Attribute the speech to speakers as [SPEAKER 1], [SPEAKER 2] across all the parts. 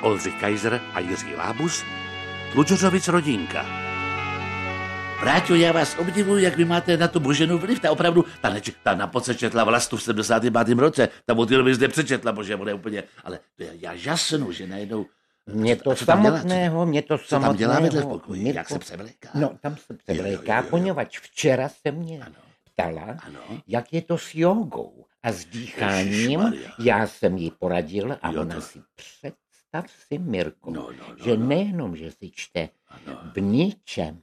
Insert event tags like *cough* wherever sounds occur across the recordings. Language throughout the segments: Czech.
[SPEAKER 1] Oldřich Kaiser a Jiří Lábus, Tlučořovic rodinka.
[SPEAKER 2] Vráťo, já vás obdivuju, jak vy máte na tu Boženu vliv. Ta opravdu, ta, neč, ta napoc se četla vlastu v 75. roce, ta od té doby zde přečetla, bože, ona je úplně, ale to já, já žasnu, že najednou...
[SPEAKER 3] Mě to
[SPEAKER 2] co tam dělá?
[SPEAKER 3] samotného, mě to
[SPEAKER 2] Co
[SPEAKER 3] samotného.
[SPEAKER 2] tam dělá vedle v pokoji?
[SPEAKER 3] mě
[SPEAKER 2] Jak
[SPEAKER 3] to-
[SPEAKER 2] se převléká?
[SPEAKER 3] No, tam se
[SPEAKER 2] Jo, jo,
[SPEAKER 3] převléká,
[SPEAKER 2] jo, jo.
[SPEAKER 3] poněvadž včera se mě
[SPEAKER 2] Ano.
[SPEAKER 3] ptala,
[SPEAKER 2] Ano.
[SPEAKER 3] jak je to s jogou a s dýcháním.
[SPEAKER 2] Ježišmarja.
[SPEAKER 3] Já jsem jí poradil a
[SPEAKER 2] Jo,
[SPEAKER 3] ona
[SPEAKER 2] to-
[SPEAKER 3] si představ si, Mirko,
[SPEAKER 2] No, no, no,
[SPEAKER 3] že
[SPEAKER 2] no.
[SPEAKER 3] nejenom, že si čte
[SPEAKER 2] Ano.
[SPEAKER 3] v ničem,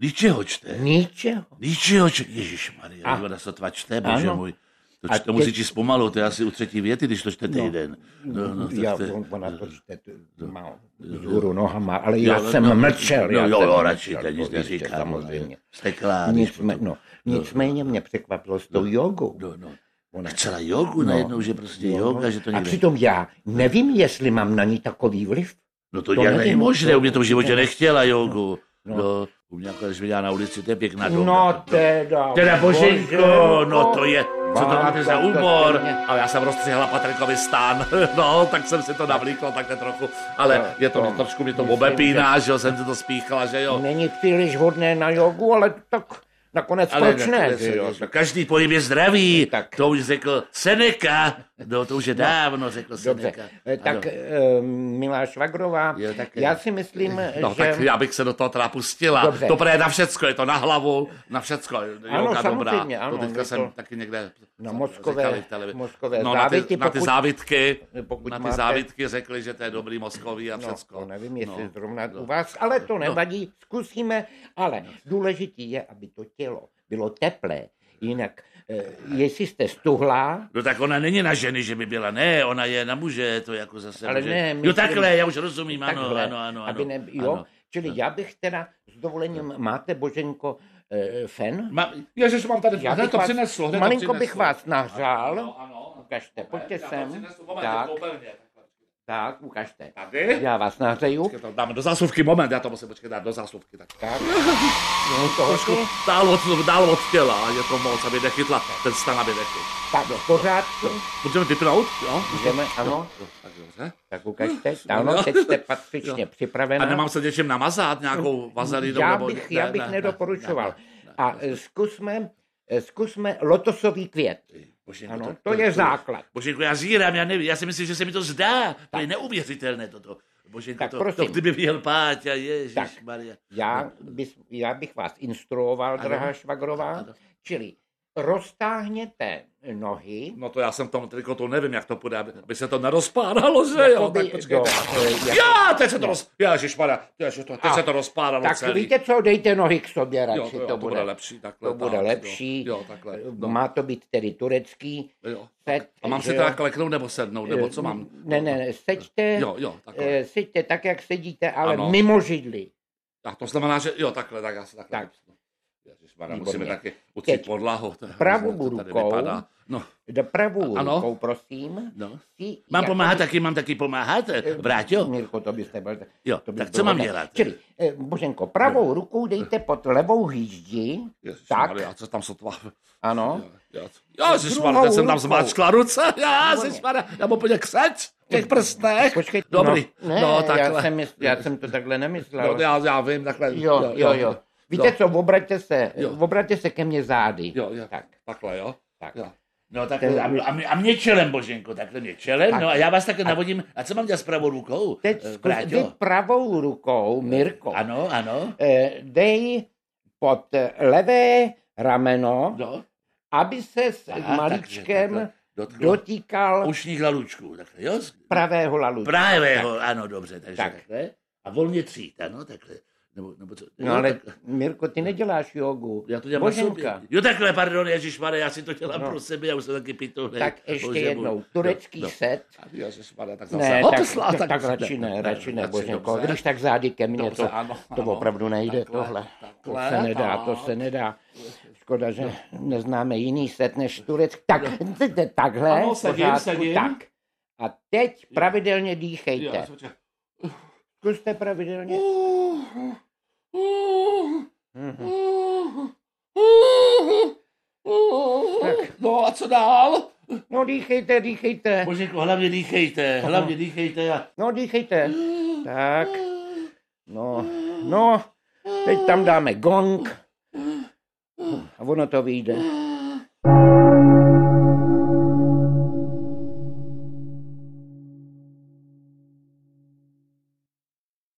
[SPEAKER 2] Ničeho čte.
[SPEAKER 3] ničeho,
[SPEAKER 2] Ničeho čte. Ježíš Maria,
[SPEAKER 3] A-
[SPEAKER 2] ona sotva čte, bože
[SPEAKER 3] Ano.
[SPEAKER 2] můj. To,
[SPEAKER 3] A
[SPEAKER 2] čte, to musí
[SPEAKER 3] teď-
[SPEAKER 2] číst pomalu, to je asi u třetí věty, když to čte
[SPEAKER 3] No.
[SPEAKER 2] týden. No, no, to
[SPEAKER 3] já,
[SPEAKER 2] čte-
[SPEAKER 3] on- ona to čte,
[SPEAKER 2] no,
[SPEAKER 3] má
[SPEAKER 2] jo.
[SPEAKER 3] hůru nohama, ale já
[SPEAKER 2] Jo,
[SPEAKER 3] jsem
[SPEAKER 2] no,
[SPEAKER 3] mlčel.
[SPEAKER 2] No,
[SPEAKER 3] já
[SPEAKER 2] jo,
[SPEAKER 3] jsem
[SPEAKER 2] jo,
[SPEAKER 3] mlčel,
[SPEAKER 2] radši, to nic
[SPEAKER 3] to jistě,
[SPEAKER 2] neříká.
[SPEAKER 3] Samozřejmě.
[SPEAKER 2] Steklá,
[SPEAKER 3] Nicmé, no, nicméně mě překvapilo s tou jogou.
[SPEAKER 2] No, no.
[SPEAKER 3] Ona-
[SPEAKER 2] Chtěla jogu
[SPEAKER 3] No.
[SPEAKER 2] najednou, že prostě
[SPEAKER 3] Jo,
[SPEAKER 2] joga,
[SPEAKER 3] no.
[SPEAKER 2] že to
[SPEAKER 3] A
[SPEAKER 2] někde...
[SPEAKER 3] přitom já nevím, jestli mám na ní takový vliv.
[SPEAKER 2] No to,
[SPEAKER 3] to
[SPEAKER 2] nějak
[SPEAKER 3] nevím,
[SPEAKER 2] není možné,
[SPEAKER 3] to-
[SPEAKER 2] u mě to v životě
[SPEAKER 3] to-
[SPEAKER 2] nechtěla jogu. No.
[SPEAKER 3] no.
[SPEAKER 2] u mě jako, když viděla na ulici, to je pěkná joga.
[SPEAKER 3] No teda.
[SPEAKER 2] Teda boženko, no to je, co to
[SPEAKER 3] Vám
[SPEAKER 2] máte za
[SPEAKER 3] tak to
[SPEAKER 2] úbor?
[SPEAKER 3] pěkně.
[SPEAKER 2] A já jsem rozstřihla Patrikovi stán, *laughs* no, tak jsem si to navlíkla takhle trochu, ale
[SPEAKER 3] Tak
[SPEAKER 2] je to,
[SPEAKER 3] to-
[SPEAKER 2] trošku mě to
[SPEAKER 3] myslím,
[SPEAKER 2] obepíná, že jo, jsem si to spíchala, že jo.
[SPEAKER 3] Není příliš hodné na jogu, ale tak nakonec ale proč
[SPEAKER 2] ne,
[SPEAKER 3] ne?
[SPEAKER 2] to je
[SPEAKER 3] že jo?
[SPEAKER 2] seriózno. Každý pohyb je zdravý,
[SPEAKER 3] Tak.
[SPEAKER 2] to už řekl Seneca, no to už je dávno řekl
[SPEAKER 3] Dobře,
[SPEAKER 2] Seneca.
[SPEAKER 3] Eh, tak
[SPEAKER 2] Ano.
[SPEAKER 3] eh, milá Švagrová,
[SPEAKER 2] Jo, tak, eh,
[SPEAKER 3] já si myslím,
[SPEAKER 2] No
[SPEAKER 3] že...
[SPEAKER 2] tak já bych se do toho teda pustila.
[SPEAKER 3] Dobře.
[SPEAKER 2] To je na všecko, je to na hlavu, na všecko.
[SPEAKER 3] Ano,
[SPEAKER 2] Joka dobrá.
[SPEAKER 3] samozřejmě,
[SPEAKER 2] to
[SPEAKER 3] ano,
[SPEAKER 2] teďka
[SPEAKER 3] je to-
[SPEAKER 2] jsem taky někde
[SPEAKER 3] Na
[SPEAKER 2] jsem-
[SPEAKER 3] mozkové-
[SPEAKER 2] říkali v televizi.
[SPEAKER 3] mozkové
[SPEAKER 2] no, na ty,
[SPEAKER 3] závitky,
[SPEAKER 2] na ty
[SPEAKER 3] pokud-
[SPEAKER 2] závitky,
[SPEAKER 3] pokud
[SPEAKER 2] na ty
[SPEAKER 3] máte-
[SPEAKER 2] závitky řekli, že to je dobrý mozkový a
[SPEAKER 3] No,
[SPEAKER 2] všecko.
[SPEAKER 3] to nevím, jestli
[SPEAKER 2] No. No,
[SPEAKER 3] no, zrovna u vás, ale to nevadí, zkusíme, ale důležitý je, aby to tělo bylo teplé, jinak, eh, jestli jste stuhlá,
[SPEAKER 2] No tak ona není na ženy, že by byla, ne, ona je na muže, to je jako zase
[SPEAKER 3] Ale
[SPEAKER 2] muže.
[SPEAKER 3] ne,
[SPEAKER 2] jo
[SPEAKER 3] myslím-
[SPEAKER 2] takhle, já už rozumím, ano,
[SPEAKER 3] takhle,
[SPEAKER 2] ano, ano,
[SPEAKER 3] aby
[SPEAKER 2] ano,
[SPEAKER 3] ne, jo,
[SPEAKER 2] ano.
[SPEAKER 3] čili já bych teda s dovolením, máte Boženko eh, fen?
[SPEAKER 2] Ma, ježiš, mám tady,
[SPEAKER 3] Já
[SPEAKER 2] hned
[SPEAKER 3] bych
[SPEAKER 2] to
[SPEAKER 3] vás-
[SPEAKER 2] přineslo, hned
[SPEAKER 3] malinko
[SPEAKER 2] to přineslo.
[SPEAKER 3] bych vás nahřál.
[SPEAKER 2] Ano, ano.
[SPEAKER 3] Ukažte, pojďte
[SPEAKER 2] Já to
[SPEAKER 3] sem,
[SPEAKER 2] přinesu, moment,
[SPEAKER 3] tak,
[SPEAKER 2] koupelně, takhle.
[SPEAKER 3] tak, ukažte,
[SPEAKER 2] Tady?
[SPEAKER 3] já vás nahřeju,
[SPEAKER 2] Počkej, to dáme do zásuvky, moment, já to musím počkat dát do zásuvky. Tak.
[SPEAKER 3] tak, no, to
[SPEAKER 2] Trošku
[SPEAKER 3] hoši,
[SPEAKER 2] dál od, dál od těla, je to moc, aby nechytla, ten stan, aby nechytla.
[SPEAKER 3] tak, v pořádku,
[SPEAKER 2] Můžeme vypnout, jo?
[SPEAKER 3] jdeme, ano,
[SPEAKER 2] Jo, Tak dobře. *gasps*
[SPEAKER 3] tak ukažte, ano, teď jste patřičně
[SPEAKER 2] No, A
[SPEAKER 3] připravená.
[SPEAKER 2] nemám se něčím namazat, nějakou vazelinou?
[SPEAKER 3] já
[SPEAKER 2] nebo-
[SPEAKER 3] bych,
[SPEAKER 2] ne,
[SPEAKER 3] já
[SPEAKER 2] ne,
[SPEAKER 3] bych
[SPEAKER 2] ne,
[SPEAKER 3] nedoporučoval.
[SPEAKER 2] ne, ne, ne.
[SPEAKER 3] A eh, zkusme, eh, zkusme lotosový květ.
[SPEAKER 2] Boženko,
[SPEAKER 3] Ano, to je základ.
[SPEAKER 2] Boženko, já zírám, já nevím, já si myslím, že se mi to zdá. To je neuvěřitelné toto. Boženko,
[SPEAKER 3] Tak
[SPEAKER 2] to, to
[SPEAKER 3] prosím.
[SPEAKER 2] kdyby viděl Páťa, ježiš
[SPEAKER 3] Tak.
[SPEAKER 2] Maria.
[SPEAKER 3] Já, bys, já bych vás instruoval,
[SPEAKER 2] Ano.
[SPEAKER 3] drahá Švagrová,
[SPEAKER 2] Ano.
[SPEAKER 3] čili roztáhněte nohy
[SPEAKER 2] No to já jsem v tom trikotu, nevím, jak to půjde, aby, aby se to nerozpáralo, že jo?
[SPEAKER 3] jakoby
[SPEAKER 2] Tak počkej.
[SPEAKER 3] do, eh, jako-
[SPEAKER 2] Já, teď se to roz... Ježišmarja, ježišmarja, teď
[SPEAKER 3] A,
[SPEAKER 2] se to rozpáralo
[SPEAKER 3] tak
[SPEAKER 2] celý.
[SPEAKER 3] víte co, dejte nohy k sobě radši,
[SPEAKER 2] jo, to, jo, to bude lepší, takhle.
[SPEAKER 3] to bude
[SPEAKER 2] tak,
[SPEAKER 3] lepší.
[SPEAKER 2] Jo, jo takhle. No,
[SPEAKER 3] Má to být tedy turecký
[SPEAKER 2] jo.
[SPEAKER 3] set.
[SPEAKER 2] A mám
[SPEAKER 3] Eh, že
[SPEAKER 2] se
[SPEAKER 3] jo? Eh,
[SPEAKER 2] teda kleknout nebo sednout, nebo co mám?
[SPEAKER 3] Ne, ne, ne, seďte,
[SPEAKER 2] Jo, jo, takhle.
[SPEAKER 3] eh, seďte tak, jak sedíte, ale
[SPEAKER 2] Ano.
[SPEAKER 3] mimo židli.
[SPEAKER 2] A to znamená, že jo, takhle, tak já se takhle.
[SPEAKER 3] Tak.
[SPEAKER 2] Ježišmarja,
[SPEAKER 3] Výborně.
[SPEAKER 2] musíme taky ucít
[SPEAKER 3] Teď
[SPEAKER 2] podlahu. *laughs* to je
[SPEAKER 3] pravou
[SPEAKER 2] hrozné, to tady
[SPEAKER 3] rukou.
[SPEAKER 2] vypadá. No,
[SPEAKER 3] Do pravou
[SPEAKER 2] Ano.
[SPEAKER 3] rukou, prosím.
[SPEAKER 2] no.
[SPEAKER 3] Si
[SPEAKER 2] Mám
[SPEAKER 3] jak- Eh,
[SPEAKER 2] pomáhat taky, mám taky pomáhat, Vráťo?
[SPEAKER 3] Mirko, to byste byl...
[SPEAKER 2] Jo,
[SPEAKER 3] to by
[SPEAKER 2] tak co
[SPEAKER 3] bylo
[SPEAKER 2] mám
[SPEAKER 3] hodné.
[SPEAKER 2] dělat?
[SPEAKER 3] Čili, eh, Boženko, pravou rukou dejte pod levou hýždi. tak,
[SPEAKER 2] Ježišmarja, co tam sotva?
[SPEAKER 3] ano.
[SPEAKER 2] Ježišmarja,
[SPEAKER 3] druhou
[SPEAKER 2] teď jsem tam
[SPEAKER 3] rukou.
[SPEAKER 2] zmáčkla ruce, *laughs* ježišmarja, já mu úplně křeč v těch prstech.
[SPEAKER 3] Počkejte,
[SPEAKER 2] Dobrý,
[SPEAKER 3] no, ne,
[SPEAKER 2] no
[SPEAKER 3] já,
[SPEAKER 2] takhle.
[SPEAKER 3] jsem, mysl- já jsem to takhle nemyslel.
[SPEAKER 2] No, já, já vím, takhle.
[SPEAKER 3] jo, jo, jo. Víte co, obraťte se,
[SPEAKER 2] Jo.
[SPEAKER 3] obraťte se ke mně zády.
[SPEAKER 2] Jo, jo, tak.
[SPEAKER 3] Tak,
[SPEAKER 2] takhle, jo.
[SPEAKER 3] tak.
[SPEAKER 2] jo. No tak a,
[SPEAKER 3] To-
[SPEAKER 2] a, mě- a mě čelem, Boženko, takhle mě čelem,
[SPEAKER 3] Tak.
[SPEAKER 2] no a já vás takhle navodím, a co mám dělat s pravou rukou?
[SPEAKER 3] Teď
[SPEAKER 2] Eh,
[SPEAKER 3] zkus,
[SPEAKER 2] Vráťo?
[SPEAKER 3] vy pravou rukou, Mirko,
[SPEAKER 2] Ano, ano,
[SPEAKER 3] eh, dej pod eh, levé rameno,
[SPEAKER 2] no.
[SPEAKER 3] aby se s
[SPEAKER 2] Aha, takže
[SPEAKER 3] maličkem
[SPEAKER 2] takhle dotknu
[SPEAKER 3] dotýkal
[SPEAKER 2] ušních lalučků, takhle, jo? Z-
[SPEAKER 3] pravého lalu.
[SPEAKER 2] Pravého, ano, dobře, takže
[SPEAKER 3] Tak.
[SPEAKER 2] takhle. A volně třít, ano, takhle. Nebo, nebo co?
[SPEAKER 3] No
[SPEAKER 2] jo,
[SPEAKER 3] ale,
[SPEAKER 2] tak-
[SPEAKER 3] Mirko, ty neděláš jogu.
[SPEAKER 2] já to dělám
[SPEAKER 3] Boženka.
[SPEAKER 2] na sobě. Jo, takhle, pardon, Ježišmarja, já si to dělám
[SPEAKER 3] No.
[SPEAKER 2] pro sebe, já už jsem taky pitolný.
[SPEAKER 3] Tak ještě
[SPEAKER 2] Bože můj.
[SPEAKER 3] jednou, turecký
[SPEAKER 2] No, no.
[SPEAKER 3] set.
[SPEAKER 2] A Ježišmarja, no, tak zase
[SPEAKER 3] Ne, tak,
[SPEAKER 2] hoposla,
[SPEAKER 3] tak, tak radši ne, radši ne, Boženko.
[SPEAKER 2] dobře.
[SPEAKER 3] Když tak zády ke mně,
[SPEAKER 2] Dobře,
[SPEAKER 3] to,
[SPEAKER 2] ano,
[SPEAKER 3] to
[SPEAKER 2] ano.
[SPEAKER 3] opravdu nejde,
[SPEAKER 2] Takhle,
[SPEAKER 3] tohle. To
[SPEAKER 2] takhle, no.
[SPEAKER 3] se nedá,
[SPEAKER 2] ano.
[SPEAKER 3] to se nedá. Škoda, že
[SPEAKER 2] No.
[SPEAKER 3] neznáme jiný set než turecký. Tak, jděte takhle,
[SPEAKER 2] Ano,
[SPEAKER 3] v
[SPEAKER 2] sedím,
[SPEAKER 3] pořádku,
[SPEAKER 2] sedím.
[SPEAKER 3] tak. A teď pravidelně
[SPEAKER 2] Jo,
[SPEAKER 3] dýchejte.
[SPEAKER 2] počkej.
[SPEAKER 3] Zkuste pravidelně. Mhm.
[SPEAKER 2] Tak. No a co dál?
[SPEAKER 3] No dýchejte, dýchejte.
[SPEAKER 2] Božeko, hlavně dýchejte, hlavně dýchejte a...
[SPEAKER 3] No dýchejte. Tak. No, no. Teď tam dáme gong. A ono to vyjde.